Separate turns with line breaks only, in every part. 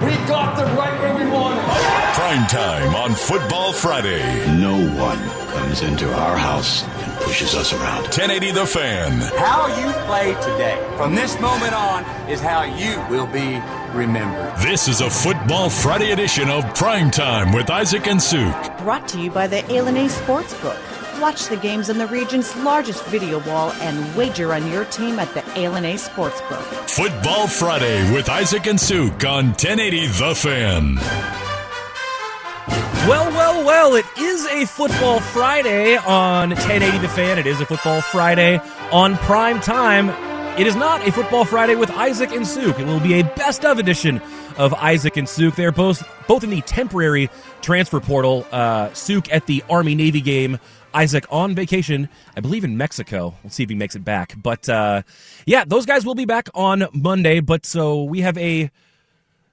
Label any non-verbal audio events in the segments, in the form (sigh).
We got them right where we wanted.
Prime time on Football Friday.
No one comes into our house and pushes us around.
1080 The Fan.
How you play today, from this moment on, is how you will be remembered.
This is a Football Friday edition of Prime Time with Isaac and Suk.
Brought to you by the Alene Sportsbook. Watch the games on the region's largest video wall and wager on your team at the Alene Sportsbook.
Football Friday with Isaac and Suk on 1080 The Fan.
Well, well, well, it is a Football Friday on 1080 The Fan. It is a Football Friday on prime time. It is not a Football Friday with Isaac and Suk. It will be a best of edition of Isaac and Suk. They're both both in the temporary transfer portal. Uh, Suk at the Army Navy game. Isaac on vacation, I believe in Mexico. We'll see if he makes it back. But uh, yeah, those guys will be back on Monday. But so we have a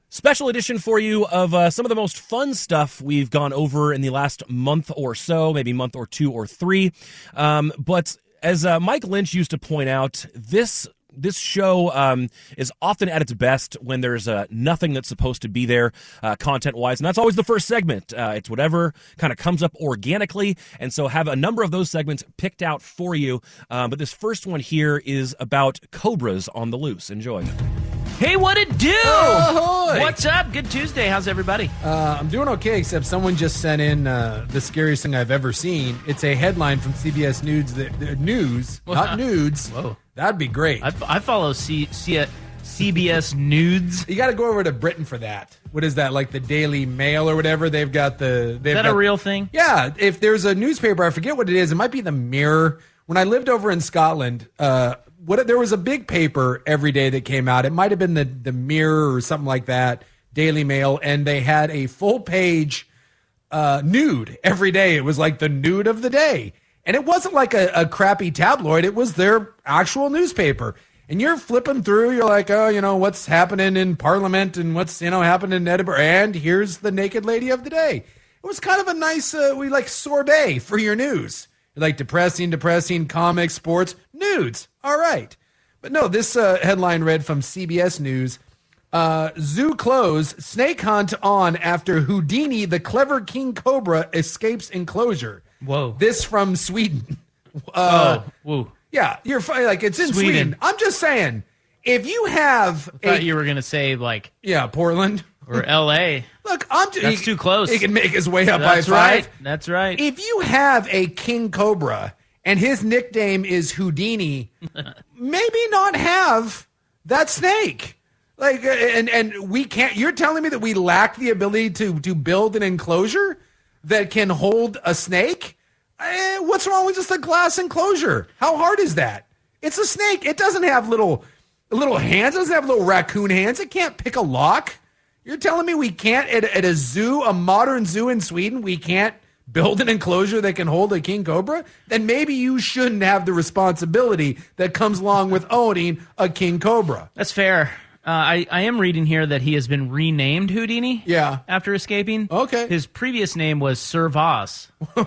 special edition for you of uh, some of the most fun stuff we've gone over in the last month or so, maybe month or two or three. Um, but as uh, Mike Lynch used to point out, this this show um, is often at its best when there's uh, nothing that's supposed to be there uh, content wise. And that's always the first segment. Uh, it's whatever kind of comes up organically. And so have a number of those segments picked out for you. Uh, but this first one here is about cobras on the loose. Enjoy.
Hey, what it do? What's up? Good Tuesday. How's everybody?
Uh, I'm doing okay, except someone just sent in uh, the scariest thing I've ever seen. It's a headline from CBS News. That, uh, news,
(laughs)
not nudes.
Whoa.
That'd be great.
I, I follow C, C, uh, CBS Nudes. Is
you got to go over to Britain for that. What is that? Like the Daily Mail or whatever? They've got the. They've
that a
got-
real thing?
Yeah. If there's a newspaper, I forget what it is. It might be the Mirror. When I lived over in Scotland, uh, what there was a big paper every day that came out. It might have been the the Mirror or something like that, Daily Mail, and they had a full page uh, nude every day. It was like the nude of the day. And it wasn't like a, a crappy tabloid, it was their actual newspaper. And you're flipping through, you're like, oh, you know, what's happening in Parliament and what's, you know, happening in Edinburgh. And here's the naked lady of the day. It was kind of a nice, uh, we like sorbet for your news. You're like depressing, depressing, comics, sports, nudes. All right. But no, this uh, headline read from CBS News uh, zoo closed, snake hunt on after Houdini, the clever king cobra, escapes enclosure.
Whoa.
This from Sweden.
oh, woo.
Uh, Yeah, you're fi- like it's in Sweden.
Sweden.
I'm just saying, if you have
I thought
a-
you were going to say, like,
yeah Portland,
or LA.
look, I'm just
That's too close.
He can make his way up
That's
by five.
right. That's right.
If you have a king cobra and his nickname is Houdini,
(laughs)
maybe not have that snake. Like uh, and and we can't. You're telling me that we lack the ability to to build an enclosure that can hold a snake. Eh, what's wrong with just a glass enclosure? How hard is that? It's a snake. It doesn't have little little hands. It doesn't have little raccoon hands. It can't pick a lock. You're telling me we can't at, at a zoo, a modern zoo in Sweden, we can't build an enclosure that can hold a king cobra? Then maybe you shouldn't have the responsibility that comes along with owning a king cobra.
That's fair. Uh, I, I am reading here that he has been renamed Houdini.
Yeah.
After escaping.
Okay.
His previous name was Sir Voss,
(laughs) I'm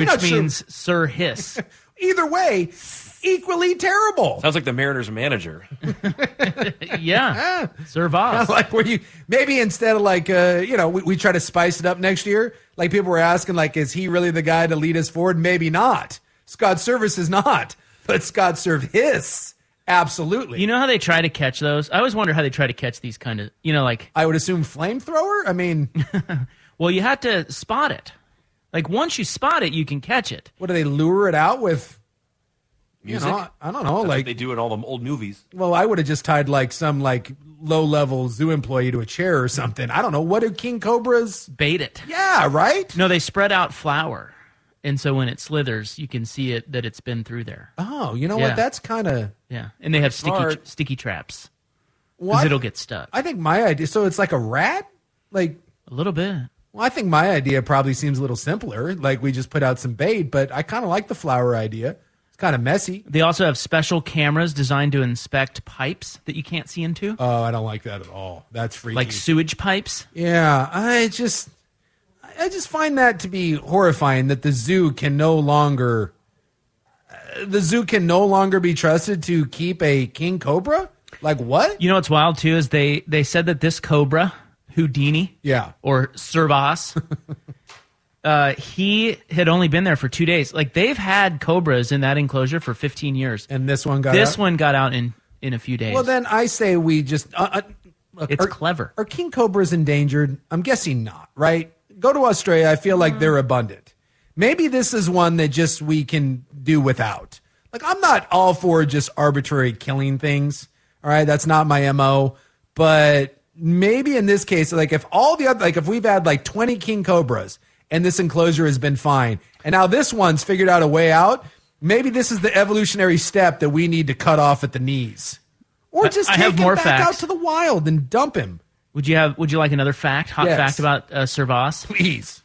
which
not
means Sir Hiss.
sure. either way, (laughs) equally terrible.
Sounds like the Mariners manager.
(laughs)
yeah. Sir Voss.
like where you maybe instead of like uh you know we, we try to spice it up next year like people were asking like is he really the guy to lead us forward maybe not scott service is not but scott serve his Absolutely.
You know how they try to catch those? I always wonder how they try to catch these kind of, you know, like,
I would assume flamethrower. I mean,
(laughs) well, you have to spot it. Like, once you spot it, you can catch it.
what do they lure it out with?
Music?
You know, I don't know.
That's what
like
they do in all the old movies.
Well, I would have just tied like some like low level zoo employee to a chair or something. I don't know. What do king cobras?
Bait it.
Yeah, right.
No, they spread out flour. And so when it slithers, you can see it that it's been through there.
Oh, you know
Yeah.
what? That's kind of.
Yeah. And they have sticky,
smart.
sticky traps
Well,
because
I-
it'll get stuck.
I think my idea. So it's like a rat. Like,
A little bit.
well, I think my idea probably seems a little simpler. Like we just put out some bait, but I kind of like the flower idea. It's kind of messy.
They also have special cameras designed to inspect pipes that you can't see into,
Oh, I don't like that at all. That's freaky.
like sewage pipes.
yeah, I just, I just find that to be horrifying. That the zoo can no longer, uh, the zoo can no longer be trusted to keep a king cobra. Like what?
You know what's wild too is they they said that this cobra Houdini,
Yeah. (laughs)
or Servas, uh, he had only been there for two days. Like they've had cobras in that enclosure for 15 years.
And this one got
this
out?
one got out in in a few days.
Well, then I say we just. Uh, uh, look,
It's
are-
clever.
Are king cobras endangered? I'm guessing not. Right? Go to Australia. I feel like they're abundant. Maybe this is one that just we can do without. Like I'm not all for just arbitrary killing things. All right, that's not my mo. But maybe in this case, like if all the other, like if we've had like 20 king cobras and this enclosure has been fine, and now this one's figured out a way out. Maybe this is the evolutionary step that we need to cut off at the knees. Or
I-
just
I
take
have
him
more
back
facts.
out to the wild and dump him,
would you have Would you like another fact? Hot
Yes.
fact about uh, Servas.
please.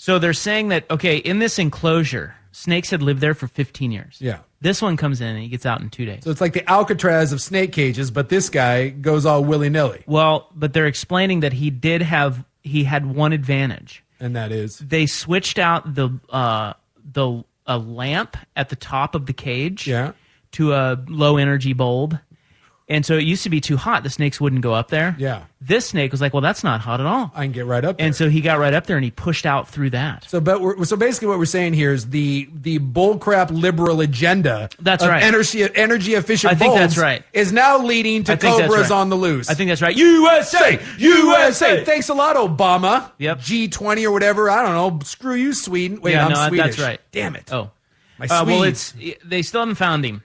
So they're saying that okay, in this enclosure, snakes had lived there for 15 years.
Yeah.
This one comes in and he gets out in two days.
So it's like the Alcatraz of snake cages, but this guy goes all willy nilly,
Well, but they're explaining that he did have he had one advantage.
and that is
They switched out the uh, the a lamp at the top of the cage
Yeah.
to a low energy bulb. And so it used to be too hot. The snakes wouldn't go up there.
Yeah.
This snake was like, well, that's not hot at all.
I can get right up. there.
and so he got right up there and he pushed out through that.
so, but we're, so basically, what we're saying here is the the bullcrap liberal agenda.
That's
of
right.
Energy energy efficient.
I think that's
bulbs
right.
Is now leading to
I think that's
cobras
right.
on the loose.
I think that's right. USA!
USA. Thanks a lot, Obama.
Yep.
G20 or whatever. I don't know. Screw you, Sweden. Wait,
yeah,
I'm
no,
Swedish.
that's right.
Damn it.
Oh.
my
Uh, well,
Swedes.
it's they still haven't found him,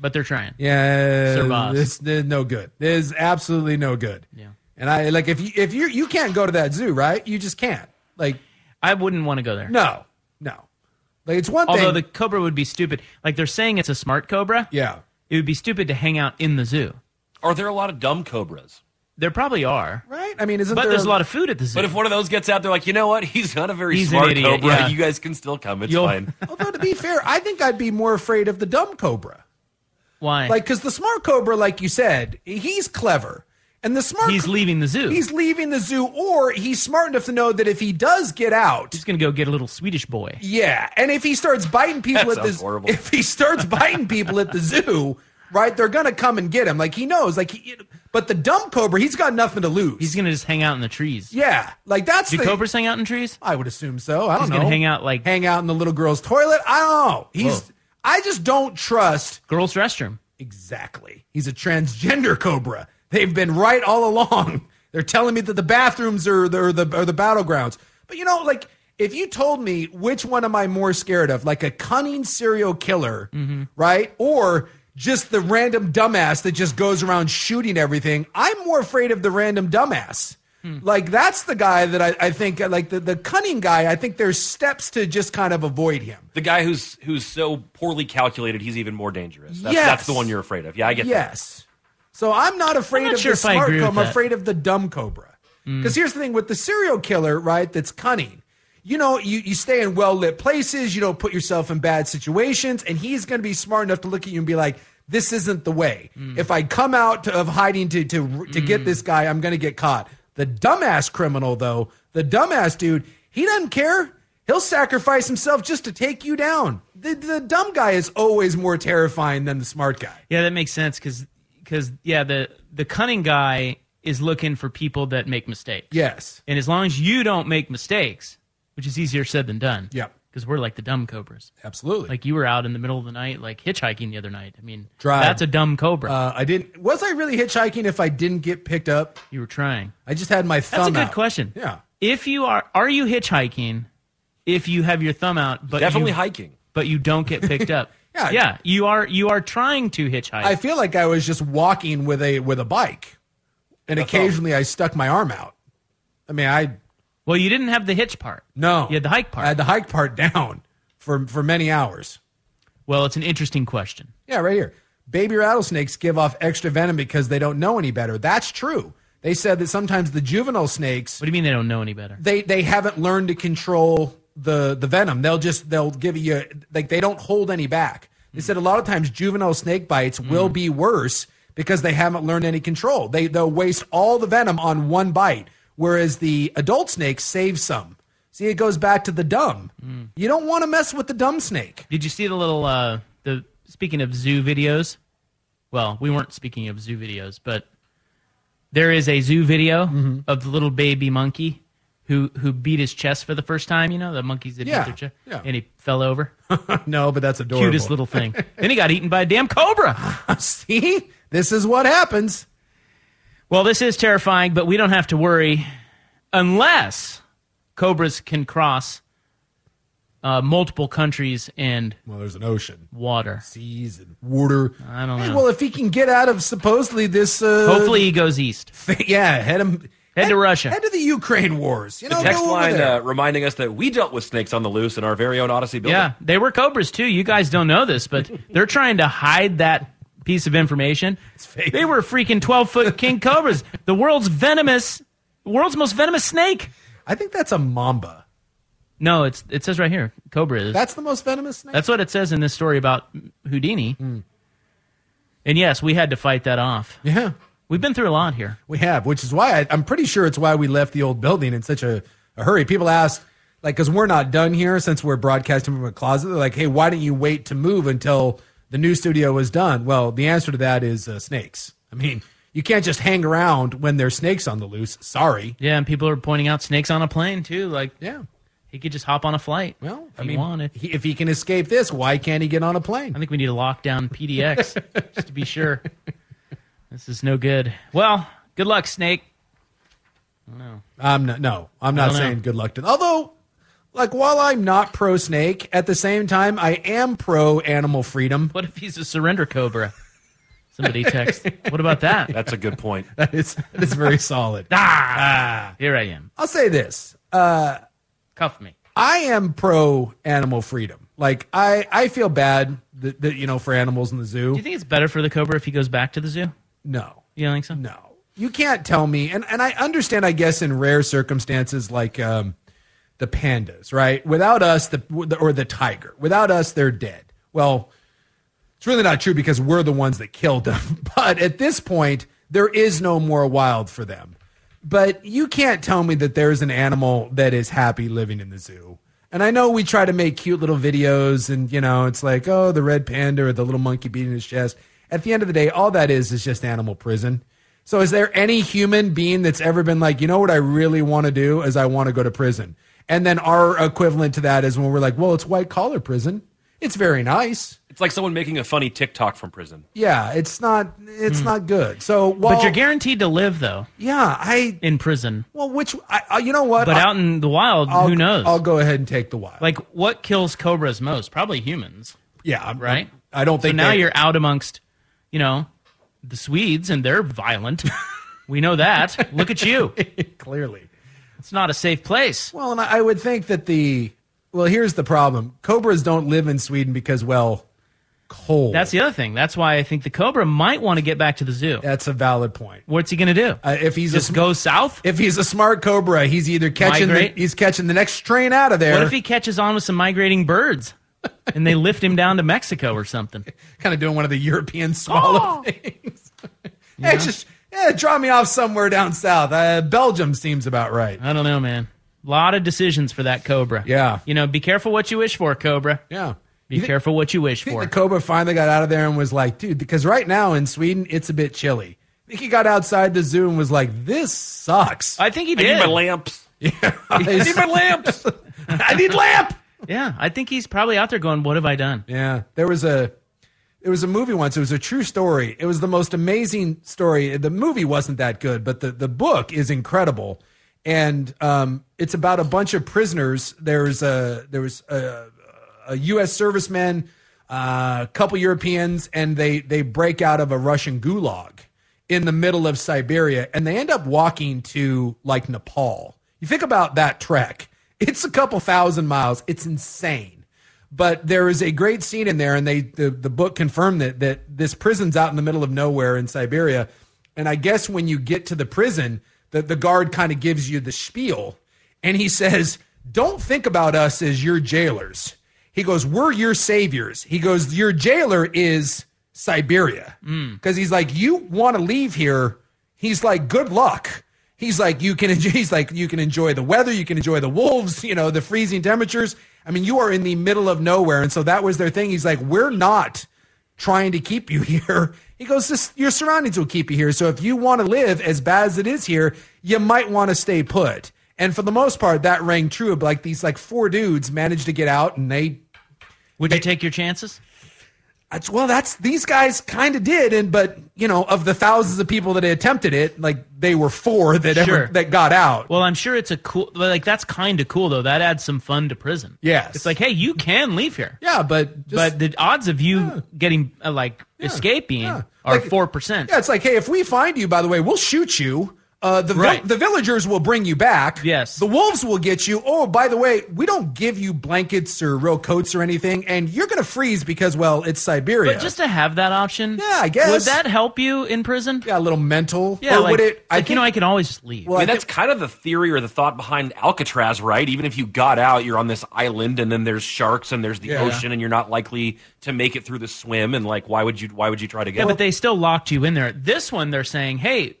but they're trying.
Yeah,
Survives.
this there's no good. There's absolutely no good.
Yeah.
And I like if you if you you can't go to that zoo, right? You just can't. Like
I wouldn't want to go there.
no, no. Like it's one
Although
thing.
the cobra would be stupid. Like they're saying it's a smart cobra.
yeah.
It would be stupid to hang out in the zoo.
Are there a lot of dumb cobras?
There probably are.
Right. I mean, isn't
But
there
there's a lot of food at the zoo.
But if one of those gets out, they're like, you know what? He's not a very
He's an
smart
idiot,
cobra.
yeah.
You guys can still come. It's
You'll- (laughs)
fine.
(laughs) Although to be fair, I think I'd be more afraid of the dumb cobra.
Why?
Like because the smart cobra, like you said, he's clever, and the smart
he's leaving the zoo.
He's leaving the zoo, or he's smart enough to know that if he does get out,
He's going to go get a little Swedish boy.
Yeah, and if he starts biting people
That
at the
sounds horrible.
if he starts biting people at the zoo, right? They're gonna come and get him. Like he knows. Like he, but the dumb cobra, he's got nothing to lose.
He's going to just hang out in the trees.
yeah, like that's
Do
the
cobras hang out in trees?
I would assume so. Oh, I don't
He's
know.
gonna hang out, like-
hang out in the little girl's toilet. I don't know. He's
Whoa.
I just don't trust
Girls' restroom.
exactly. He's a transgender cobra. They've been right all along. They're telling me that the bathrooms are the are the, are the battlegrounds. But you know, like if you told me which one am I more scared of, like a cunning serial killer, right, or just the random dumbass that just goes around shooting everything, I'm more afraid of the random dumbass.
Hmm.
Like that's the guy that I, I think like the, the cunning guy. I think there's steps to just kind of avoid him.
the guy who's who's so poorly calculated, he's even more dangerous. That's,
Yes.
that's the one you're afraid of. Yeah, I get that.
Yes. So I'm not afraid
not
of
sure
the
if I
smart
agree
cobra.
with
I'm
that. Mm.
afraid of the dumb cobra. Because here's the thing with the serial killer, right? That's cunning. You know, you, you stay in well lit places, you don't put yourself in bad situations, and he's going to be smart enough to look at you and be like, this isn't the way.
Mm.
If I come out of hiding to, to, to get this guy, I'm going to get caught. The dumbass criminal, though, the dumbass dude, he doesn't care. He'll sacrifice himself just to take you down. The, the dumb guy is always more terrifying than the smart guy.
Yeah, that makes sense because yeah, the the cunning guy is looking for people that make mistakes.
Yes.
And as long as you don't make mistakes, which is easier said than done,
Yep.
because we're like the dumb cobras.
Absolutely.
Like you were out in the middle of the night, like hitchhiking the other night. I mean,
Drive.
that's a dumb cobra.
uh, I didn't. Was I really hitchhiking if I didn't get picked up?
you were trying.
I just had my
That's
thumb.
a good
out.
question.
Yeah.
If you are, are you hitchhiking? If you have your thumb out, but
Definitely
you,
hiking.
but you don't get picked up.
(laughs) Yeah.
yeah, you are you are trying to hitchhike.
I feel like I was just walking with a with a bike, and occasionally I stuck my arm out. I mean, I
well, you didn't have the hitch part.
no.
you had the hike part.
I had the hike part (laughs) down for for many hours.
well, it's an interesting question.
Yeah, right here. Baby rattlesnakes give off extra venom because they don't know any better. That's true. They said that sometimes the juvenile snakes
What do you mean they don't know any better?
they they haven't learned to control the the venom. They'll just they'll give you like they don't hold any back. They said a lot of times juvenile snake bites will be worse because they haven't learned any control. They they'll waste all the venom on one bite, whereas the adult snake saves some. See, it goes back to the dumb.
Hmm.
You don't want to mess with the dumb snake.
Did you see the little uh the speaking of zoo videos? Well, we weren't speaking of zoo videos, but there is a zoo video
Mm-hmm.
of the little baby monkey who who beat his chest for the first time, you know, the monkeys that
Yeah,
beat their chest.
yeah.
And he fell over.
no, but that's adorable.
Cutest little thing. then he got eaten by a damn cobra.
See, this is what happens.
Well, this is terrifying, but we don't have to worry unless cobras can cross uh, multiple countries and
Well, there's an ocean,
water.
seas, and water.
I don't
Hey,
know.
well, if he can get out of supposedly this, uh,
Hopefully he goes east.
thing- (laughs) yeah, head him
Head to Russia.
head to the Ukraine wars. You know,
The text
go over
line
there.
uh, reminding us that we dealt with snakes on the loose in our very own Odyssey building.
Yeah, they were cobras too. You guys don't know this, but they're trying to hide that piece of information.
fake.
They were freaking twelve foot king cobras, the world's venomous, world's most venomous snake.
I think that's a mamba.
No, it's it says right here, cobra is.
That's the most venomous snake.
That's what it says in this story about Houdini. And yes, we had to fight that off.
yeah,
We've been through a lot here.
we have, which is why I, I'm pretty sure it's why we left the old building in such a, a hurry. People ask, like, because we're not done here since we're broadcasting from a closet. They're like, hey, why didn't you wait to move until the new studio was done? Well, the answer to that is uh, snakes. I mean, you can't just hang around when there's snakes on the loose. Sorry.
Yeah, and people are pointing out snakes on a plane too. Like
Yeah.
he could just hop on a flight.
Well,
if
I
he
mean,
wanted.
he- if he can escape this, why can't he get on a plane?
I think we need to lock
(laughs)
down PDX just to be sure. This is no good. Well, good luck, Snake.
I'm not. No, I'm not
don't know.
saying good luck to. Although, like, while I'm not pro snake, at the same time, I am pro animal freedom.
What if he's a surrender cobra? Somebody text. What
(laughs)
about that? Ah!
That's a good
(laughs)
point.
That is that is very solid. Ah.
Here I am.
I'll say this:
Cuff me.
I am pro animal freedom. Like, I I feel bad that, that you know for animals in the zoo.
Do you think it's better for the cobra if he goes back to the zoo?
no,
You don't think so?
No, you can't tell me. And and I understand, I guess, in rare circumstances like um, the pandas, right? Without us, the or the tiger. Without us, they're dead. Well, it's really not true because we're the ones that killed them. (laughs) But at this point, there is no more wild for them. But you can't tell me that there's an animal that is happy living in the zoo. And I know we try to make cute little videos and, you know, it's like, oh, the red panda or the little monkey beating his chest. At the end of the day, all that is is just animal prison. So is there any human being that's ever been like, you know what I really want to do is I want to go to prison? And then our equivalent to that is when we're like, well, it's white collar prison. It's very nice.
It's like someone making a funny TikTok from prison.
Yeah, it's not it's not good. So while,
Hmm. But you're guaranteed to live though
yeah, I
in prison.
well, which I, I you know what?
But
I,
out in the wild,
I'll,
who knows?
I'll go ahead and take the wild.
like what kills cobras most? Probably humans,
yeah, I'm,
right?
I don't think
so. Now
they-
you're out amongst, you know, the Swedes, and they're violent. we know that. Look at you.
clearly.
It's not a safe place.
Well, and I, I would think that the well, here's the problem: cobras don't live in Sweden because well, cold.
That's the other thing. That's why I think the cobra might want to get back to the zoo.
that's a valid point.
What's he going to do?
Uh, if he's a
Just
sm-
go south?
if he's a smart cobra, he's either catching the,
Migrate?
he's catching the next train out of there.
What if he catches on with some migrating birds and they lift him down to Mexico or something?
kind of doing one of the European swallow things? (laughs) hey, just Oh! yeah, draw me off somewhere down south. Uh, Belgium seems about right.
I don't know, man. A lot of decisions for that cobra.
Yeah.
You know, be careful what you wish for, cobra.
Yeah.
Be careful what you wish
I think
for.
the Cobra finally got out of there and was like, dude, because right now in Sweden, it's a bit chilly. I think he got outside the zoo and was like, this sucks.
I think he
I need
did.
my lamps.
(laughs) I need my lamps. I need lamp.
Yeah, I think he's probably out there going, "What have I done?"
Yeah, there was a it was a movie once. It was a true story. It was the most amazing story. The movie wasn't that good, but the the book is incredible. And um, it's about a bunch of prisoners. There's a there was a, a U.S. serviceman, uh, a couple Europeans, and they they break out of a Russian gulag in the middle of Siberia, and they end up walking to like Nepal. You think about that trek. It's a couple thousand miles. It's insane but there is a great scene in there, and they the, the book confirmed that that this prison's out in the middle of nowhere in Siberia, and I guess when you get to the prison, the, the guard kind of gives you the spiel, and he says, "Don't think about us as your jailers." He goes, "We're your saviors." He goes, "Your jailer is Siberia," because he's like, "You want to leave here?" He's like, "Good luck." He's like, you can enjoy, (laughs) he's like, you can enjoy the weather, you can enjoy the wolves, you know, the freezing temperatures. I mean, you are in the middle of nowhere. And so that was their thing. He's like, we're not trying to keep you (laughs) here. He goes, this, your surroundings will keep you here. So if you want to live as bad as it is here, you might want to stay put. And for the most part, that rang true. But like these, like four dudes managed to get out, and they
Would you take your chances?
that's well, that's these guys kind of did, and but you know, of the thousands of people that attempted it, like they were four that
Sure.
ever that got out.
Well, I'm sure it's a cool. Like that's kind of cool though. That adds some fun to prison.
Yes.
it's like, hey, you can leave here,
yeah, but just,
but the odds of you getting uh, like escaping
yeah.
are
Like-
four percent.
yeah, it's like, hey, if we find you, by the way, we'll shoot you. Uh, the vil-
Right.
the villagers will bring you back.
Yes.
the wolves will get you. Oh, by the way, we don't give you blankets or real coats or anything, and you're gonna freeze because well, it's Siberia.
But just to have that option,
Yeah, I guess.
would that help you in prison?
yeah, a little mental.
Yeah,
or
like,
would it?
like you know, I can always just leave.
Well,
I mean,
I
that's kind of the theory or the thought behind Alcatraz, right? Even if you got out, you're on this island, and then there's sharks, and there's the
Yeah.
ocean, and you're not likely to make it through the swim. And like, why would you? Why would you try to
yeah,
get?
but they still locked you in there. This one, they're saying, hey,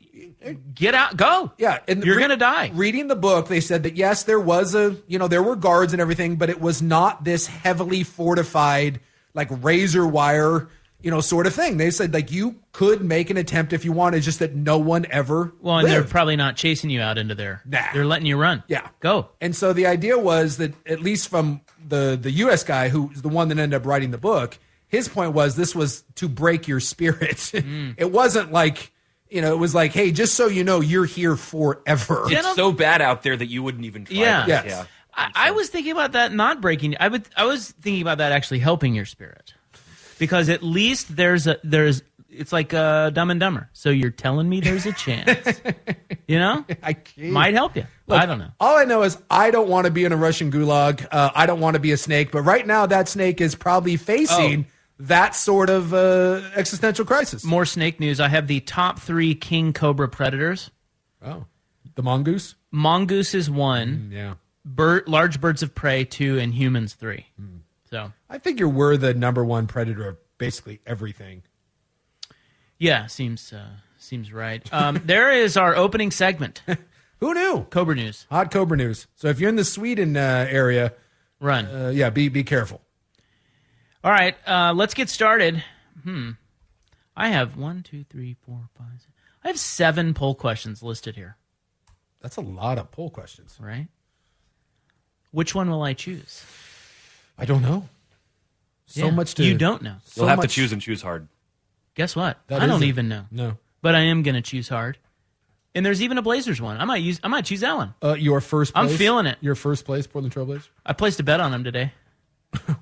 get out, go.
Yeah, and
you're
re-
gonna die.
Reading the book, they said that yes, there was a you know there were guards and everything, but it was not this heavily fortified like razor wire you know sort of thing. They said like you could make an attempt if you wanted, just that no one ever.
well, and
(laughs)
they're
lived.
probably not chasing you out into there.
Nah.
They're letting you run.
Yeah.
go.
And so the idea was that at least from the the US guy who's the one that ended up writing the book, his point was this was to break your spirit.
mm.
it wasn't like you know, it was like, hey, just so you know, you're here forever.
it's so bad out there that you wouldn't even try.
Yeah.
it.
Yes.
yeah.
I, I was thinking about that not breaking. I would. I was thinking about that actually helping your spirit, because at least there's a there's. It's like uh, Dumb and Dumber. So you're telling me there's
(laughs)
a chance, you know?
I can't.
Might help you. I don't know.
All I know is I don't want to be in a Russian gulag. Uh, I don't want to be a snake. But right now, that snake is probably facing
oh,
that sort of uh, existential crisis.
More snake news. I have the top three king cobra predators.
Oh, the mongoose. Mm,
Mongoose is one.
Yeah,
Bird, large birds of prey two, and humans three.
Mm.
So
I figure we're the number one predator of basically everything.
yeah, seems uh, seems right. Um, there is our (laughs) opening segment.
Who knew?
Cobra news.
Hot cobra news. So if you're in the Sweden uh, area,
Run.
uh, yeah, be be careful.
All right, uh, let's get started. Hmm. I have one, two, three, four, five. Six. I have seven poll questions listed here.
That's a lot of poll questions.
Right. Which one will I choose?
I don't know. So
Yeah,
much to
you don't know.
so
You'll have
much-
to choose and choose hard.
Guess what?
That
I don't
isn't-
even know,
No.
but I am gonna choose hard. And there's even a Blazers one. I might use. I might choose that one.
Uh, your first.
I'm
place-
feeling it.
Your first place, Portland Trailblazers,
I placed a bet on them today.
uh,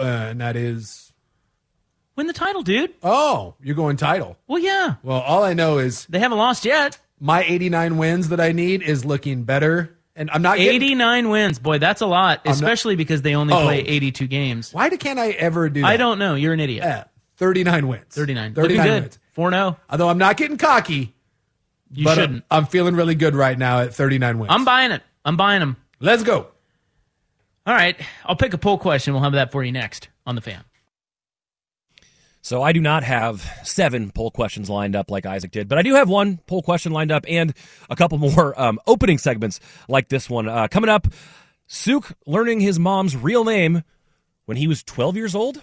and that is.
Win the title, dude.
Oh, you're going title.
Well, yeah.
Well, all I know is
They haven't lost yet.
my 89 wins that I need is looking better, and I'm not getting.
89 wins. Boy, that's a lot,
not-
especially because they only
Oh.
play 82 games.
Why do- can't I ever do? That?
I don't know. You're an idiot.
Yeah, 39 wins.
39.
39
Looking good.
wins.
4 0.
Although I'm not getting cocky,
You
but uh,
shouldn't.
I'm, I'm feeling really good right now at 39 wins.
I'm, buying it. I'm buying them.
Let's go.
All right. I'll pick a poll question. We'll have that for you next on the fan.
So I do not have seven poll questions lined up like Isaac did, but I do have one poll question lined up and a couple (laughs) more um, opening segments like this one uh, coming up. Suk learning his mom's real name when he was 12 years old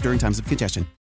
during times of congestion.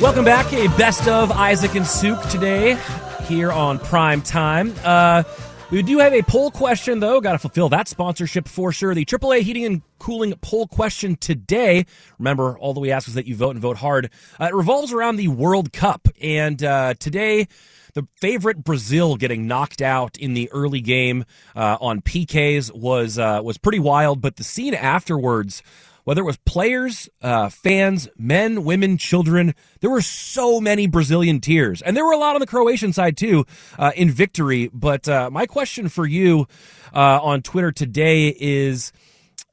Welcome back, a best of Isaac and Souk today here on Prime Time. Uh, we do have a poll question, though. Got to fulfill that sponsorship for sure. The AAA Heating and Cooling poll question today. Remember, all that we ask is that you vote and vote hard. Uh, it revolves around the World Cup, and uh, today. The favorite Brazil getting knocked out in the early game uh, on PKs was uh, was pretty wild, but the scene afterwards whether it was players, uh, fans, men, women, children, there were so many Brazilian tears. And there were a lot on the Croatian side, too, uh, in victory. But uh, my question for you uh, on Twitter today is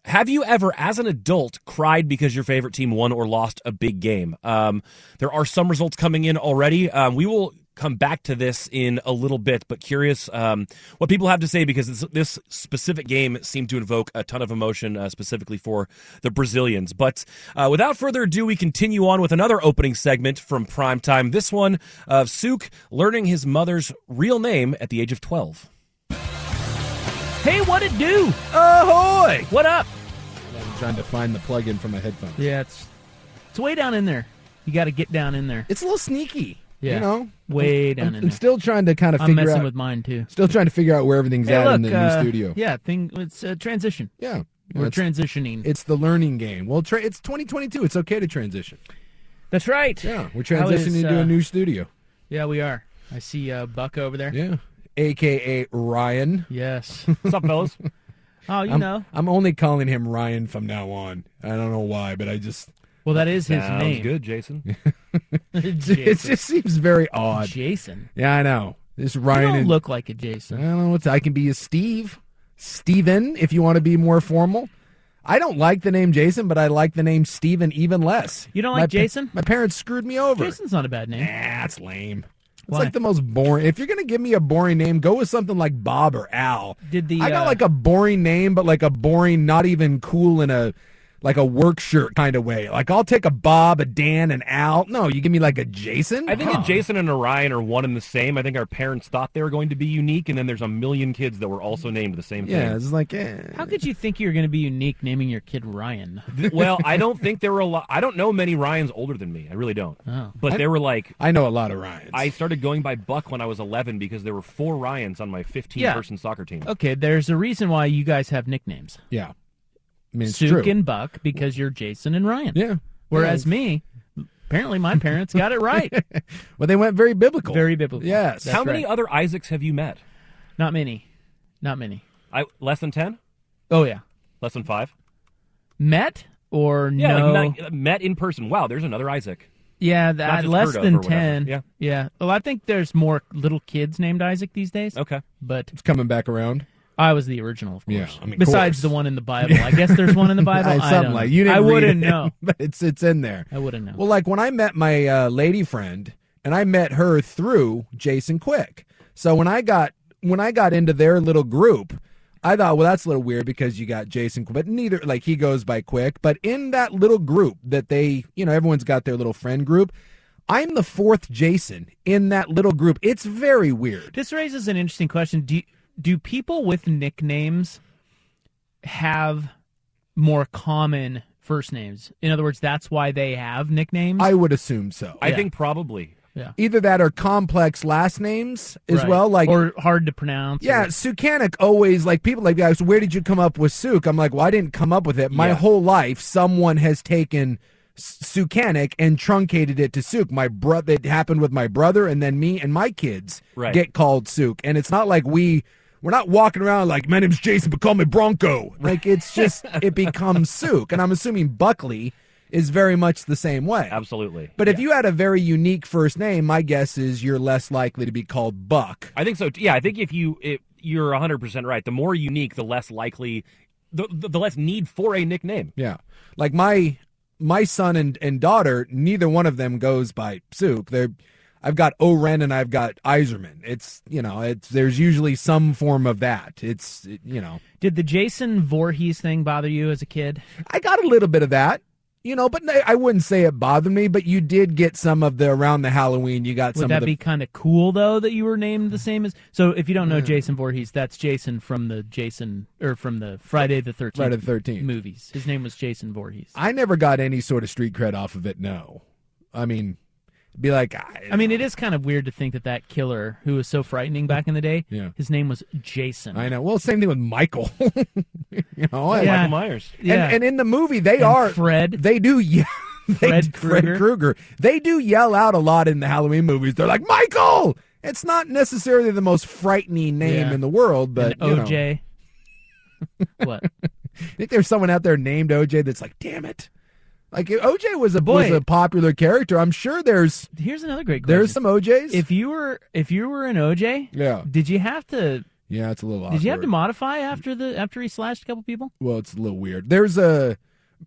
Have you ever, as an adult, cried because your favorite team won or lost a big game? Um, there are some results coming in already. Um, we will come back to this in a little bit, but curious um, what people have to say because this, this specific game seemed to invoke a ton of emotion, uh, specifically for the Brazilians. But uh, without further ado, we continue on with another opening segment from primetime. This one of Suk learning his mother's real name at the age of 12. Hey, what it do? Ahoy! What up?
I'm trying to find the plug-in for my headphones.
Yeah, it's it's way down in there. You got to get down in there.
It's a little sneaky.
Yeah,
You know,
way
I'm-
down
I'm,
in
I'm
there.
still trying to kind of
I'm
figure
messing
out
with mine, too.
Still trying to figure out where everything's
Hey,
at in
look,
the
uh,
new studio.
Yeah, thing. It's a transition.
Yeah,
we're
That's-
transitioning.
It's the learning game. Well, tra- it's 2022. It's okay to transition.
That's right.
Yeah, we're
How
transitioning
is,
into
uh,
a new studio,
Yeah, we are. I see uh, Buck over there.
Yeah. aka Ryan.
Yes. (laughs) What's up, fellas? Oh, you
I'm,
know.
I'm only calling him Ryan from now on. I don't know why, but I just.
Well, that is his
Sounds
(laughs) name.
good, Jason.
it just seems very odd.
Jason.
Yeah, I know. This
You
Ryan
don't
and-
look like a Jason.
I don't know what to- I can be a Steve, Steven, if you want to be more formal. I don't like the name Jason, but I like the name Steven even less.
You don't
My
like
pa-
Jason?
my parents screwed me over.
Jason's not a bad name.
That's lame. It's
Why?
like the most boring. If you're gonna give me a boring name, go with something like Bob or Al.
Did the,
I got
uh,
like a boring name, but like a boring, not even cool in a like a work shirt kind of way. Like I'll take a Bob, a Dan, an Al. No, you give me like a Jason.
I think
Huh.
a Jason and a Ryan are one and the same. I think our parents thought they were going to be unique, and then there's a million kids that were also named the same
Yeah,
thing.
it's like eh.
How could you think you were going to be unique naming your kid Ryan?
Th- well, I don't think there were a lot. I don't know many Ryans older than me. I really don't.
Oh.
But
I-
there were like
I know a lot of Ryans.
I started going by Buck when I was 11 because there were four Ryans on my 15-person soccer team.
Okay, there's a reason why you guys have nicknames.
Yeah. I mean, it's
Suk
true.
and Buck because you're Jason and Ryan.
Yeah.
Whereas me, apparently my parents got it
(laughs)
right.
well, they went very biblical.
Very biblical.
Yes.
That's
How many
right.
other Isaacs have you met?
Not many. Not many.
I less than 10?
Oh yeah.
Less than 5?
Met? or
yeah,
no.
like not- met in person. Wow, there's another Isaac.
yeah,
Not
that,
just
less
heard of or
than
whatever.
ten.
Yeah.
yeah. Well, I think there's more little kids named Isaac these days.
Okay,
but
It's coming back around. (laughs)
I was the original, of course.
Yeah, I mean,
Besides the one
(laughs)
in the Bible, I guess there's one in the Bible.
Something
I don't
like
know.
you. Didn't
I
read
wouldn't
it, (laughs)
know.
but it's it's in there.
I wouldn't know.
Well, like when I met my uh, lady friend, and I met her through Jason Quick. So when I got when I got into their little group, I thought, well, that's a little weird because you got Jason, Quick, but neither like he goes by Quick. But in that little group that they, you know, everyone's got their little friend group. I'm the fourth Jason in that little group. It's very weird.
This raises an interesting question. Do do people with nicknames have more common first names? In other words, that's why they have nicknames.
I would assume so.
I think
probably.
Yeah.
Either that or complex last names as
Right.
well, like
or hard to pronounce.
Yeah, Sukanic always like people like guys. Where did you come up with Suk? I'm like, well, I didn't come up with it. My
Yeah.
whole life, someone has taken Sukanic and truncated it to Suk. My brother, it happened with my brother, and then me and my kids
Right.
get called Suk. And it's not like we we're not walking around like my name's Jason, but call me Bronco. Like it's
(laughs)
just it becomes (laughs) Suk. And I'm assuming Buckley is very much the same way.
Absolutely.
But if you had a very unique first name, my guess is you're less likely to be called Buck.
I think so. t- Yeah, I think if you if you're 100 percent right. The more unique, the less likely, the, the the less need for a nickname.
Yeah. Like my my son and, and daughter, neither one of them goes by Suk. They're I've got Oren and I've got Iserman. It's you know, it's there's usually some form of that. It's it- you know.
Did the Jason Voorhees thing bother you as a kid?
I got a little bit of that. You know, but I wouldn't say it bothered me, but you did get some of the around the Halloween, you got
Would
some
that
of the
be kind of cool though that you were named the same as? So if you don't know
Hmm.
Jason Voorhees, that's Jason from the Jason or from the Friday the Thirteenth
Friday the Ah. 13th.
movies. His name was Jason Voorhees.
I never got any sort of street cred off of it, no. I mean, be like I,
I mean, it is kind of weird to think that that killer who was so frightening back in the day,
Yeah.
his name was Jason.
I know. Well, same thing with Michael. (laughs) you know,
Yeah.
and-
Michael Myers.
And,
Yeah.
and in the movie, they
And
are
Fred.
They do. Yeah, (laughs) they,
Fred Krueger.
Fred Krueger. They do yell out a lot in the Halloween movies. They're like Michael. It's not necessarily the most frightening name
Yeah.
in the world, but
And
you know.
OJ. what?
I think there's someone out there named OJ that's like, damn it. Like OJ was a
Boy.
was a popular character. I'm sure there's
Here's another great question.
there's some OJs.
If you were if you were an OJ,
yeah,
did you have to
yeah, it's a little.
did you have to
awkward.
modify after the after he slashed a couple people?
Well, it's a little weird. There's a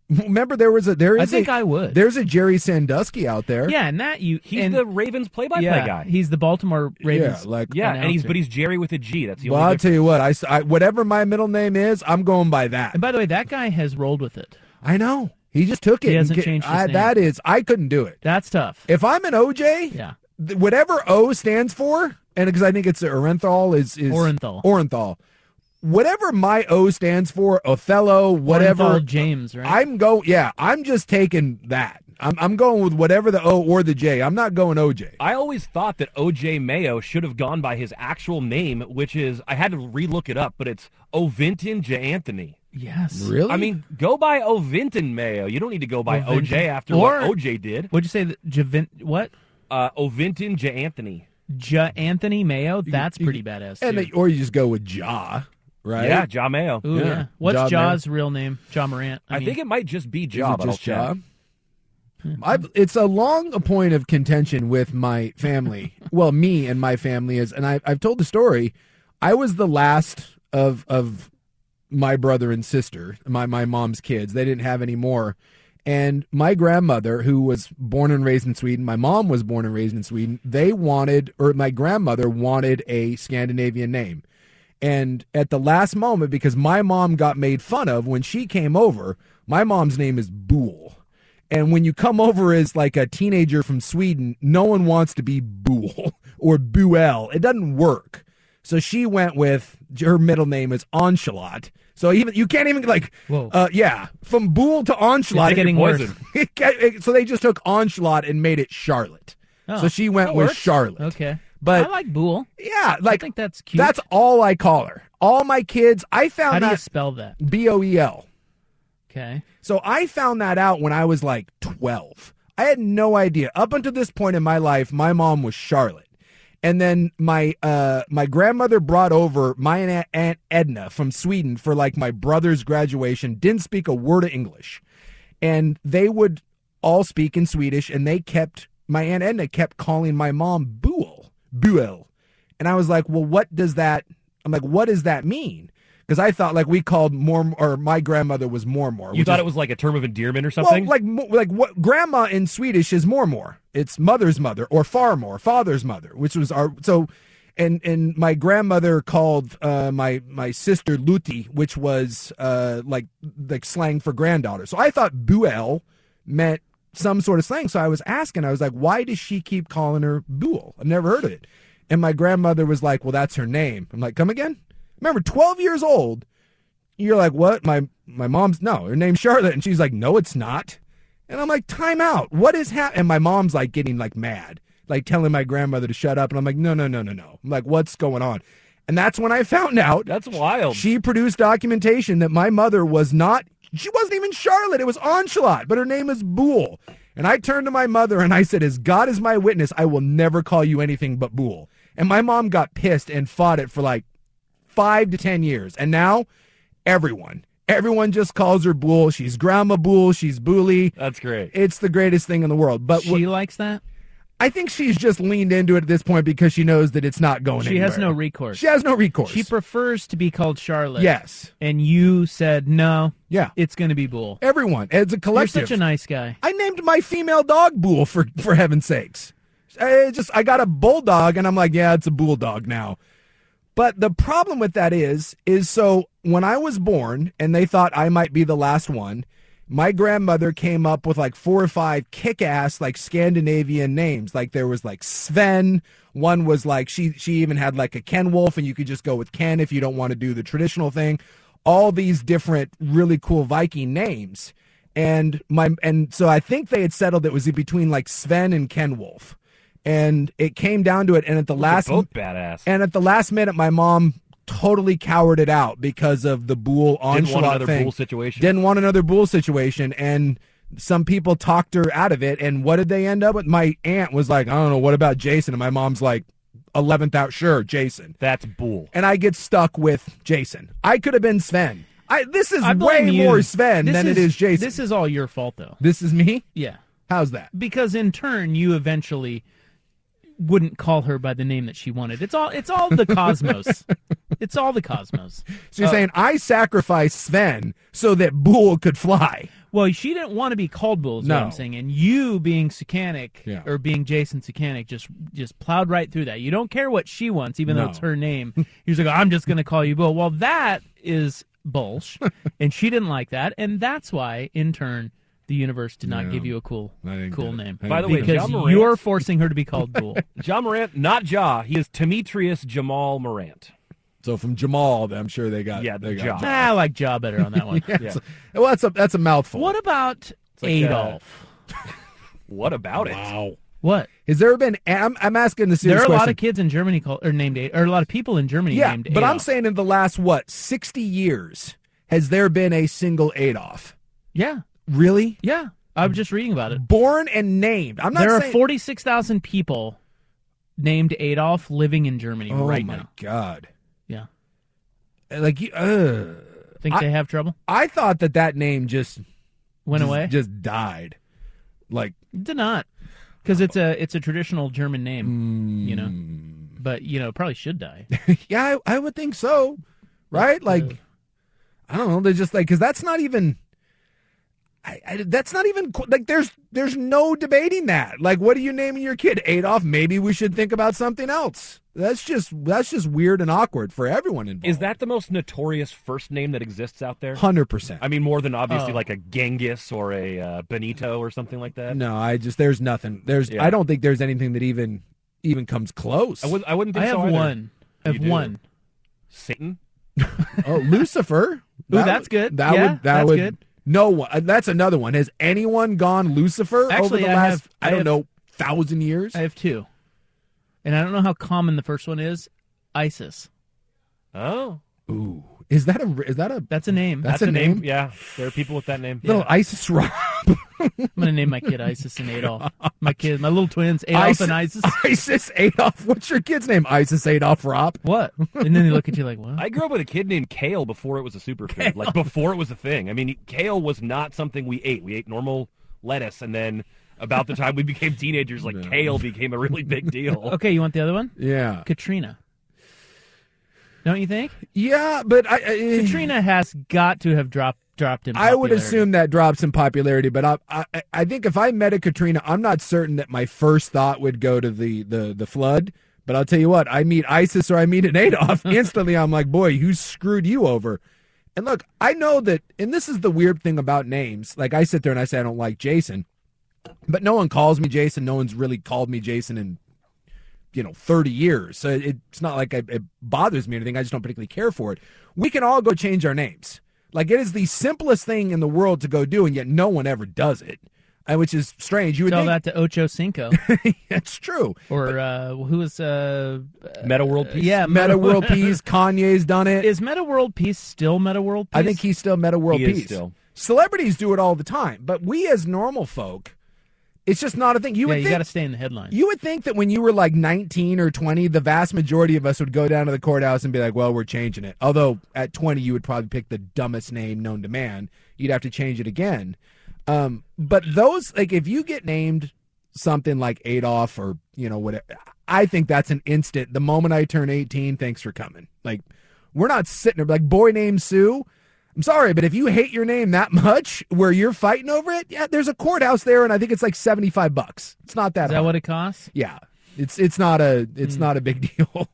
remember there was a there is
I think
I
I would.
There's a Jerry Sandusky out there.
Yeah, and that you
He's
and-
the Ravens play-by-play
yeah,
guy.
He's the Baltimore Ravens.
Yeah, like-
yeah, and he's
announcer.
but he's Jerry with a G. That's the
Well,
only.
I'll tell you what. I, s- I- whatever my middle name is, I'm going by that.
And by the way, that guy has rolled with it.
I know he just took it.
He
and
hasn't
ca-
changed his
I,
name.
That is, I couldn't do it.
That's tough.
If I'm an OJ,
Yeah.
th- whatever O stands for, and because I think it's Orenthal is is
Orenthal.
Orenthal. Whatever my O stands for, Othello, whatever
Orenthal James, right?
I'm go. Yeah, I'm just taking that. I'm I'm going with whatever the O or the J. I'm not going OJ.
I always thought that O.J. Mayo should have gone by his actual name, which is I had to re-look it up, but it's Ovinton J. Anthony.
Yes.
I mean, go by Ovinton Mayo. You don't need to go by
Ovinton.
O.J. after
Or-
what O.J. did.
What'd you say? That Javin, what?
Uh, Ovinton J. Anthony.
Ja Anthony Mayo? That's pretty badass.
and
too.
they- or you just go with Ja, right?
Yeah, Ja Mayo.
Ooh, yeah. What's
Ja Mayo.
Jaw's real name? Jaw Morant. I,
I
mean,
think it might just be
Is
Ja.
it
but Hmm. I'll
just Ja?
check.
I've, it's a long point of contention with my
(laughs)
family. well, me and my family is, and I, I've told the story. I was the last of of my brother and sister, my my mom's kids. They didn't have any more. And my grandmother, who was born and raised in Sweden, my mom was born and raised in Sweden. They wanted, or my grandmother wanted, a Scandinavian name. And at the last moment, because my mom got made fun of when she came over, my mom's name is Boole. And when you come over as like a teenager from Sweden, no one wants to be Boole (laughs) or Buell. It doesn't work. So she went with her middle name is Enchilot. So even you can't even like,
Whoa.
uh, yeah, from Boole to Enchilot.
It's getting worse.
It ca- it- so they just took Enchilot and made it Charlotte.
Oh,
so she went
that
with
works.
Charlotte.
Okay.
But
I like Boole.
Yeah, like
I think that's cute.
that's all I call her. All my kids, I
How
found
do you
that
spell that?
B O E L.
Okay.
So I found that out when I was like 12. I had no idea. Up until this point in my life, my mom was Charlotte. And then my uh, my grandmother brought over my aunt, aunt Edna from Sweden for like my brother's graduation. Didn't speak a word of English, and they would all speak in Swedish, and they kept my aunt Edna kept calling my mom Buell, Buell, and I was like, well, what does that? I'm like, what does that mean? Because I thought like we called more, or my grandmother was Mormor.
You thought it was like a term of endearment or something?
Well, like mo- like what grandma in Swedish is mormor. It's mother's mother or farmor, father's mother, which was our so and and my grandmother called uh, my my sister Luti, which was uh, like like slang for granddaughter. So I thought Buell meant some sort of slang. So I was asking, I was like, why does she keep calling her Buell? I've never heard of it. And my grandmother was like, well, that's her name. I'm like, come again? Remember, 12 years old you're like, what? My my mom's no, her name's Charlotte, and she's like, no, it's not. And I'm like, time out. What is happening? And my mom's like getting like mad, like telling my grandmother to shut up. And I'm like, no, no, no, no, no. I'm like, what's going on? And that's when I found out.
That's wild.
She produced documentation that my mother was not. She wasn't even Charlotte. It was Enchilot, but her name is Boole. And I turned to my mother and I said, as God is my witness, I will never call you anything but Boole. And my mom got pissed and fought it for like five to ten years. And now everyone. Everyone just calls her Bull. She's Grandma Bull. She's Booley.
That's great.
It's the greatest thing in the world. But
she
Uh, what-
likes that.
I think she's just leaned into it at this point because she knows that it's not going.
She has
anywhere.
no recourse.
She has no recourse.
She prefers to be called Charlotte.
Yes.
And you said no.
Yeah.
It's going to be Bull.
Everyone, as a collective,
You're such a nice guy.
I named my female dog Bull for for heaven's sakes. I just I got a bulldog and I'm like, yeah, it's a bulldog now. But the problem with that is is so when I was born and they thought I might be the last one, my grandmother came up with like four or five kick-ass like Scandinavian names. Like there was like Sven, one was like she she even had like a Ken Wolf and you could just go with Ken if you don't want to do the traditional thing. All these different really cool Viking names and my and so I think they had settled it was between like Sven and Ken Wolf, and it came down to it. And at the
Those are
last,
both badass.
And at the last minute, my mom totally cowered it out because of the Boole on
Didn't want another Boole situation.
Didn't want another Boole situation, and some people talked her out of it. And what did they end up with? My aunt was like, I don't know, what about Jason? And my mom's like. 11th out, sure, Jason.
That's Boole.
And I get stuck with Jason. I could have been Sven. I, this is
I blame
way
you.
more Sven
This
than it is Jason.
This is all your fault, though.
This is me?
Yeah.
How's that?
Because in turn, you eventually wouldn't call her by the name that she wanted. It's all. It's all
(laughs)
the cosmos. it's all the cosmos.
So you're
Uh,
saying I sacrificed Sven so that Bull could fly.
Well, she didn't want to be called Bull, is
No.
what I'm saying. And you being Sakanic or being Jason Sakanic just just plowed right through that. You don't care what she wants, even
No.
though it's her name. (laughs) You're just like, I'm just going to call you Bull. Well, that is
(laughs)
Bulsh. and she didn't like that. And that's why, in turn, the universe did not
Yeah.
give you a cool cool
get it.
name.
I By the didn't way, get it.
because
John Morant-
you're forcing her to be
(laughs)
called Bull.
John Morant, not Ja. He is Demetrius Jamal Morant.
So from Jamal, I'm sure they got
yeah, they
they got
got
Ja.
I like Ja better on that one.
(laughs) Yeah, it's a- well, that's a that's a mouthful.
What about
like, uh,
Adolf?
what about it?
Wow.
What?
Has there been? I'm, I'm asking the
there
serious
are a
question.
lot of kids in Germany called or named Ad- or a lot of people in Germany
yeah,
named
but I'm
Adolf.
saying in the last what 60 years has there been a single Adolf?
Yeah.
Really?
Yeah. I was just reading about it.
Born and named. I'm not
There
saying-
are 46,000 people named Adolf living in Germany
Oh
right
my
now.
God.
Yeah.
Like you uh,
Think they have trouble?
I thought that that name just
Went
just-
away?
just died. Like
Did not. Cuz it's a it's a traditional German name, you know. But you know, it probably should die.
yeah, I, I would think so, right? Like, I don't know. They're just like because that's not even. I, I, that's not even qu- like there's there's no debating that. Like, what are you naming your kid Adolf? Maybe we should think about something else. That's just that's just weird and awkward for everyone involved.
Is that the most notorious first name that exists out there?
100%.
I mean, more than obviously
Oh.
like a Genghis or a uh, Benito or something like that.
No, I just there's nothing. There's
Yeah.
I don't think there's anything that even even comes close.
I, would, I wouldn't think
I
so
have
either.
one. I have
You do.
one.
Satan?
(laughs)
Oh, Lucifer.
Ooh, that's good.
That
Yeah,
would. That
that's
would.
good.
No one. uh, That's another one. Has anyone gone Lucifer over
Actually,
the
I
last?
have-
I
I
don't
have-
know. Thousand years.
I have two. And I don't know how common the first one is. ISIS.
Oh.
Ooh. Is that a? Is that a?
That's a name.
That's, a name.
Yeah. There are people with that name.
Little ISIS rock. up.
I'm gonna name my kid Isis and Adolf. My kid, my little twins, Adolf and Isis.
(laughs) Isis Adolf. What's your kid's name? Isis Adolf Rop.
What? And then they look at you like, what?
I grew up with a kid named kale before it was a superfood, like before it was a thing. I mean, kale was not something we ate. We ate normal lettuce, and then about the time we became teenagers, like kale became a really big deal.
Okay, you want the other one?
Yeah.
Katrina. Don't you think?
Yeah, but I,
Katrina has got to have dropped dropped in.
I would assume that drops in popularity, but I, I I think if I met a Katrina, I'm not certain that my first thought would go to the the the flood. But I'll tell you what, I meet ISIS or I meet an Adolf. Instantly, I'm like, boy, who screwed you over? And look, I know that, and this is the weird thing about names. Like I sit there and I say I don't like Jason, but no one calls me Jason. No one's really called me Jason in you know 30 years so it, it's not like I, it bothers me or anything i just don't particularly care for it we can all go change our names like it is the simplest thing in the world to go do and yet no one ever does it uh, which is strange you would
Tell
think
that to
(laughs)
Ocho Cinco.
it's true
or uh, who was uh,
Meta World
Peace? yeah,
meta world peace kanye's done it
(laughs) is meta world peace still meta world peace
i think he's still meta world
He is
peace
still.
celebrities do it all the time but we as normal folk it's just not a thing you
yeah,
would
you
think
got to stay in the headline.
You would think that when you were like 19 or 20, the vast majority of us would go down to the courthouse and be like, well, we're changing it. Although at 20, you would probably pick the dumbest name known to man. You'd have to change it again. Um, but those, like, if you get named something like Adolf or, you know, whatever, I think that's an instant. The moment I turn 18, thanks for coming. Like, we're not sitting there like, boy named Sue. I'm sorry, but if you hate your name that much where you're fighting over it, yeah, there's a courthouse there, and I think it's like 75 bucks. It's not that
Is that
hard.
what it costs?
Yeah, it's it's not a
Hmm.
it's not a big (laughs) deal.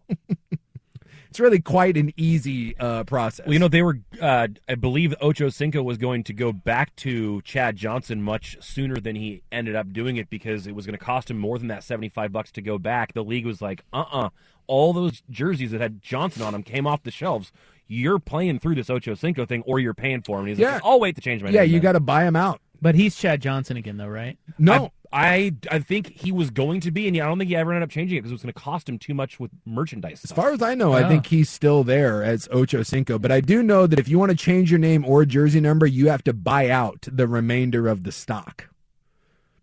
it's really quite an easy uh, process.
Well, you know, they were, uh, I believe Ocho Cinco was going to go back to Chad Johnson much sooner than he ended up doing it because it was going to cost him more than that 75 bucks to go back. The league was like, uh uh All those jerseys that had Johnson on them came off the shelves. You're playing through this Ocho Cinco thing or you're paying for him. And he's
Yeah.
like, I'll wait to change my
yeah,
name.
you
then."
got to buy them out.
But he's Chad Johnson again, though, right?
No.
I, I I think he was going to be, and I don't think he ever ended up changing it because it was going to cost him too much with merchandise.
As far as I know, I think he's still there as Ocho Cinco. But I do know that if you want to change your name or jersey number, you have to buy out the remainder of the stock.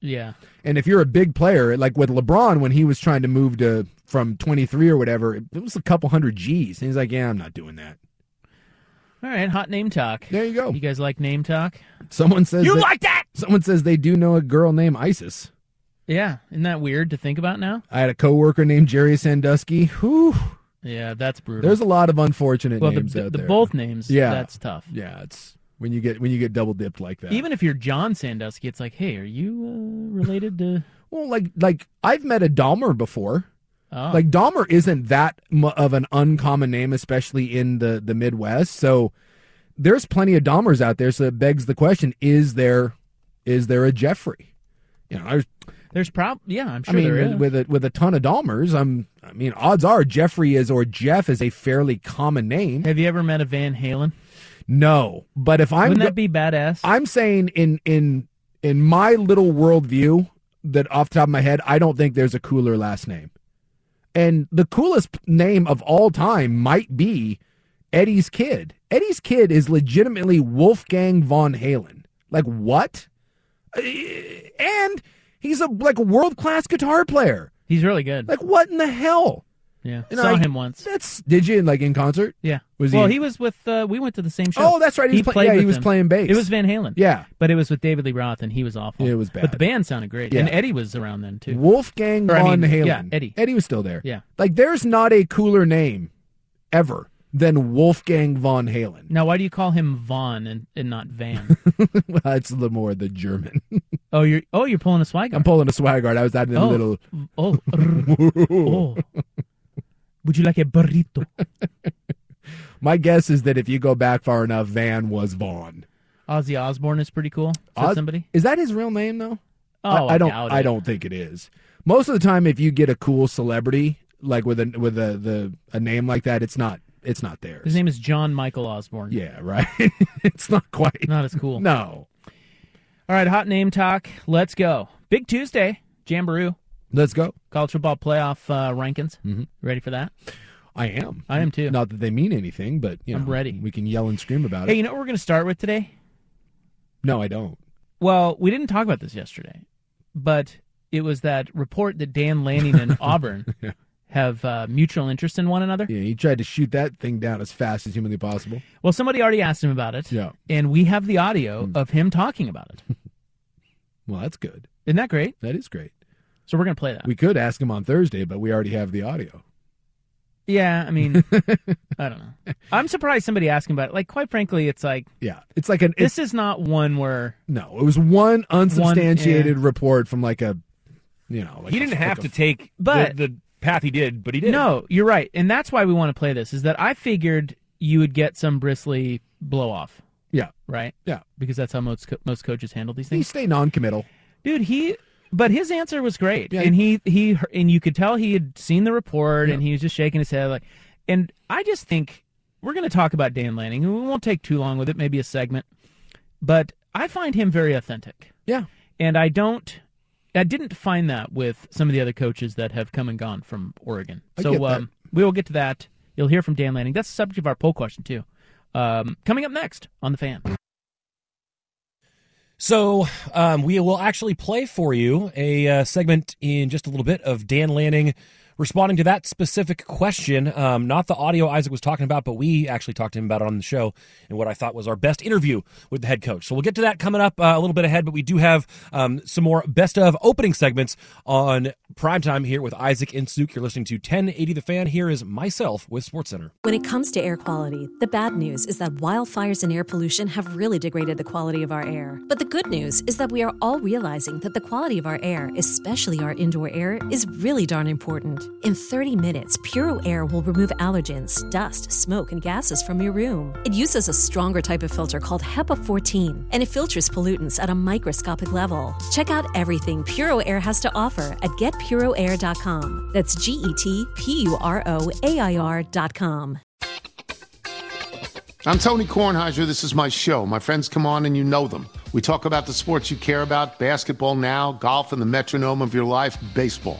Yeah.
And if you're a big player, like with LeBron when he was trying to move to from 23 or whatever, it was a couple hundred G's. And he's like, yeah, I'm not doing that.
All right, hot name talk.
There you go.
You guys like name talk?
Someone says
You
that-
like that?
Someone says they do know a girl named Isis.
Yeah, isn't that weird to think about now?
I had a coworker named Jerry Sandusky. Whew.
Yeah, that's brutal.
There's a lot of unfortunate
well,
names
the,
out
the
there.
both names.
Yeah.
that's tough.
Yeah, it's when you get when you get double dipped like that.
Even if you're John Sandusky, it's like, hey, are you uh, related to?
well, like like I've met a Dahmer before.
Oh.
Like Dahmer isn't that mu- of an uncommon name, especially in the the Midwest. So there's plenty of Dahmers out there. So it begs the question: Is there is there a Jeffrey? You know, I was
(laughs) There's prob. Yeah, I'm sure
I mean,
there
with,
is.
with a with a ton of Dahmers, I'm. I mean, odds are Jeffrey is or Jeff is a fairly common name.
Have you ever met a Van Halen?
No, but if I'm
Wouldn't
go-
that be badass?
I'm saying in in in my little worldview that off the top of my head, I don't think there's a cooler last name. And the coolest p- name of all time might be Eddie's Kid. Eddie's Kid is legitimately Wolfgang von Halen. Like what? Uh, And he's a like world class guitar player.
He's really good.
Like what in the hell?
Yeah,
You know,
saw
I-
him once.
That's did you like in concert?
Yeah.
Was
well,
he-
he, was with. Uh, we went to the same show.
Oh, that's right. He was play- yeah, he
with
was
him.
playing bass.
It was Van Halen.
Yeah.
but it was with David Lee Roth, and he was awful.
It was
But
bad.
the band sounded great,
Yeah.
and Eddie was around then too.
Wolfgang
Or, I
von
mean,
Halen.
yeah, Eddie.
Eddie was still there.
Yeah.
Like there's not a cooler name ever than Wolfgang von Halen. (laughs)
Now, why do you call him Von and, and not (laughs) Van?
well, it's the more the German. (laughs)
oh, you're oh you're pulling a swag.
I'm pulling a swagard. I was out in a
Oh,
little
oh, (laughs) oh. Would you like a burrito?
(laughs) My guess is that if you go back far enough, Van was Von.
Ozzy Osbourne is pretty cool. Is that
Oz-
somebody?
Is that his real name though?
Oh,
I, I don't
doubt
I
it.
don't think it is. Most of the time if you get a cool celebrity like with a with a the a name like that, it's not it's not theirs.
His name is John Michael Osborne.
Yeah, (laughs) right. it's not quite.
Not as cool.
No.
All right, hot name talk. Let's go. Big Tuesday, Jamboree.
Let's go.
College football playoff uh, rankings.
Mhm.
Ready for that?
I am.
I am too.
Not that they mean anything, but you know,
I'm ready.
We can yell and scream about
Hey,
it.
you know what we're going to start with today?
No, I don't.
Well, we didn't talk about this yesterday, but it was that report that Dan
(laughs)
Lanning and Auburn have uh, mutual interest in one another.
Yeah, he tried to shoot that thing down as fast as humanly possible.
Well, somebody already asked him about it.
Yeah. Hmm.
And we have the audio of him talking about it.
Well, that's good.
Isn't that great?
That is great.
So we're going to play that.
We could ask him on Thursday, but we already have the audio.
Yeah, I mean, I don't know. I'm surprised somebody asked him about it. Like, quite frankly, it's like,
yeah, it's like an.
This is not one where
No, it was one unsubstantiated report from like a, you know, like
he
a-
didn't
like
have
a-
to take
But-
the, the path he did, but he did.
No, you're right, and that's why we want to play this. Is that I figured you would get some bristly blow off,
Yeah,
right?
Yeah,
because that's how most co- most coaches handle these
he
things.
stay non-committal.
Dude, he but his answer was great, and he he and you could tell he had seen the report, and he was just shaking his head like. And I just think we're going to talk about Dan Lanning, and we won't take too long with it, maybe a segment, but I find him very authentic.
Yeah,
and I don't. I didn't find that with some of the other coaches that have come and gone from Oregon.
I
So
get that.
um, we will get to that. You'll hear from Dan Lanning. That's the subject of our poll question too. Um, coming up next on the fan.
So um, we will actually play for you a uh, segment in just a little bit of Dan Lanning responding to that specific question. Um, not the audio Isaac was talking about, but we actually talked to him about it on the show and what I thought was our best interview with the head coach. So we'll get to that coming up uh, a little bit ahead, but we do have um, some more best of opening segments on primetime here with Isaac and Suk. You're listening to 1080 The Fan. Here is myself with SportsCenter.
When it comes to air quality, the bad news is that wildfires and air pollution have really degraded the quality of our air. But the good news is that we are all realizing that the quality of our air, especially our indoor air, is really darn important. In 30 minutes, Puro Air will remove allergens, dust, smoke, and gases from your room. It uses a stronger type of filter called HEPA 14, and it filters pollutants at a microscopic level. Check out everything Puro Air has to offer at getpuroair.com. That's G E T P U R O A I R.com.
I'm Tony Kornheiser. This is my show. My friends come on and you know them. We talk about the sports you care about basketball now, golf, and the metronome of your life, baseball.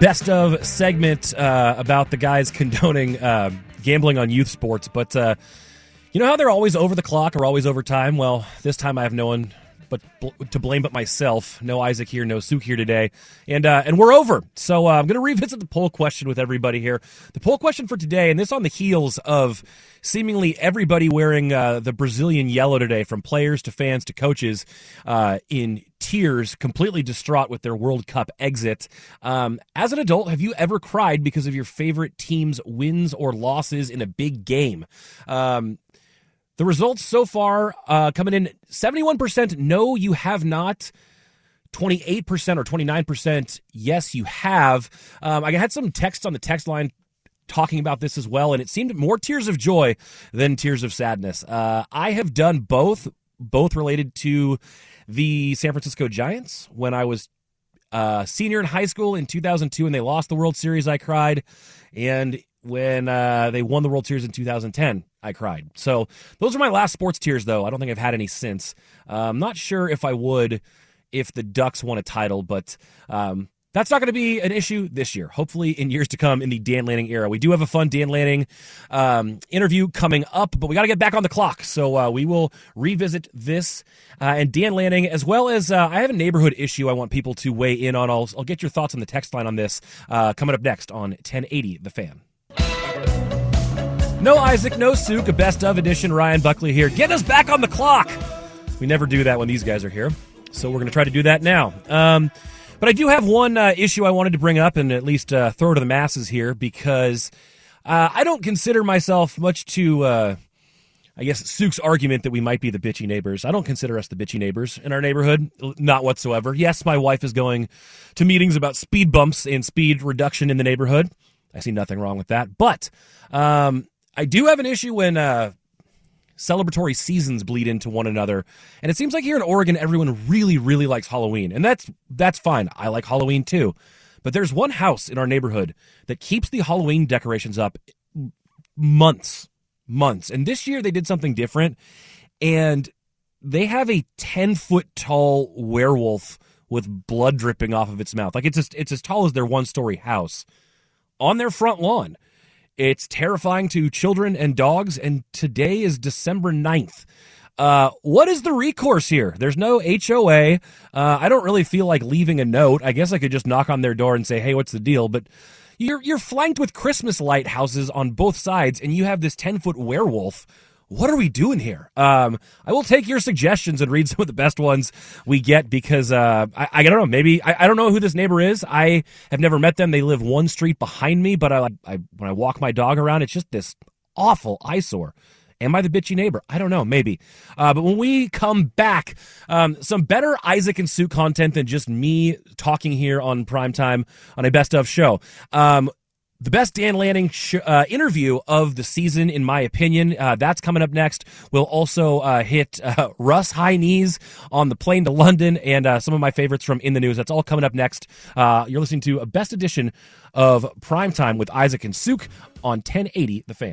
best of segment uh, about the guys condoning uh, gambling on youth sports, but uh, you know how they're always over the clock or always over time. Well, this time I have no one but bl- to blame but myself. No Isaac here, no Suk here today, and uh, and we're over. So uh, I'm going to revisit the poll question with everybody here. The poll question for today, and this on the heels of seemingly everybody wearing uh, the Brazilian yellow today, from players to fans to coaches, uh, in tears, completely distraught with their World Cup exit. Um, as an adult, have you ever cried because of your favorite team's wins or losses in a big game? Um, the results so far uh, coming in 71% no, you have not. 28% or 29%, yes, you have. Um, I had some text on the text line talking about this as well, and it seemed more tears of joy than tears of sadness. Uh, I have done both, both related to the San Francisco Giants when I was uh, senior in high school in 2002 and they lost the World Series, I cried. And when uh, they won the World Series in 2010, I cried. So those are my last sports tears, though. I don't think I've had any since. Uh, I'm not sure if I would if the Ducks won a title, but um, that's not going to be an issue this year. Hopefully, in years to come, in the Dan Lanning era, we do have a fun Dan Lanning um, interview coming up, but we got to get back on the clock. So uh, we will revisit this uh, and Dan Lanning, as well as uh, I have a neighborhood issue I want people to weigh in on. I'll, I'll get your thoughts on the text line on this uh, coming up next on 1080 The Fan. No Isaac, no Suk, a best of edition. Ryan Buckley here. Get us back on the clock. We never do that when these guys are here, so we're going to try to do that now. Um, but I do have one uh, issue I wanted to bring up and at least uh, throw to the masses here because uh, I don't consider myself much to. Uh, I guess Suk's argument that we might be the bitchy neighbors. I don't consider us the bitchy neighbors in our neighborhood, l- not whatsoever. Yes, my wife is going to meetings about speed bumps and speed reduction in the neighborhood. I see nothing wrong with that. But um, I do have an issue when uh, celebratory seasons bleed into one another. And it seems like here in Oregon, everyone really, really likes Halloween, and that's that's fine. I like Halloween too, But there's one house in our neighborhood that keeps the Halloween decorations up months, months. And this year they did something different. And they have a 10 foot tall werewolf with blood dripping off of its mouth. Like it's as, it's as tall as their one story house on their front lawn. It's terrifying to children and dogs. And today is December 9th. Uh, what is the recourse here? There's no HOA. Uh, I don't really feel like leaving a note. I guess I could just knock on their door and say, "Hey, what's the deal?" But you're you're flanked with Christmas lighthouses on both sides, and you have this ten foot werewolf. What are we doing here? Um, I will take your suggestions and read some of the best ones we get because uh, I, I don't know. Maybe I, I don't know who this neighbor is. I have never met them. They live one street behind me, but I, I when I walk my dog around, it's just this awful eyesore. Am I the bitchy neighbor? I don't know, maybe. Uh, but when we come back, um, some better Isaac and Sue content than just me talking here on primetime on a best of show. Um, the best Dan Lanning sh- uh, interview of the season, in my opinion. Uh, that's coming up next. We'll also uh, hit uh, Russ High Knees on the plane to London and uh, some of my favorites from In the News. That's all coming up next. Uh, you're listening to a best edition of Primetime with Isaac and Suk on 1080 The Fan.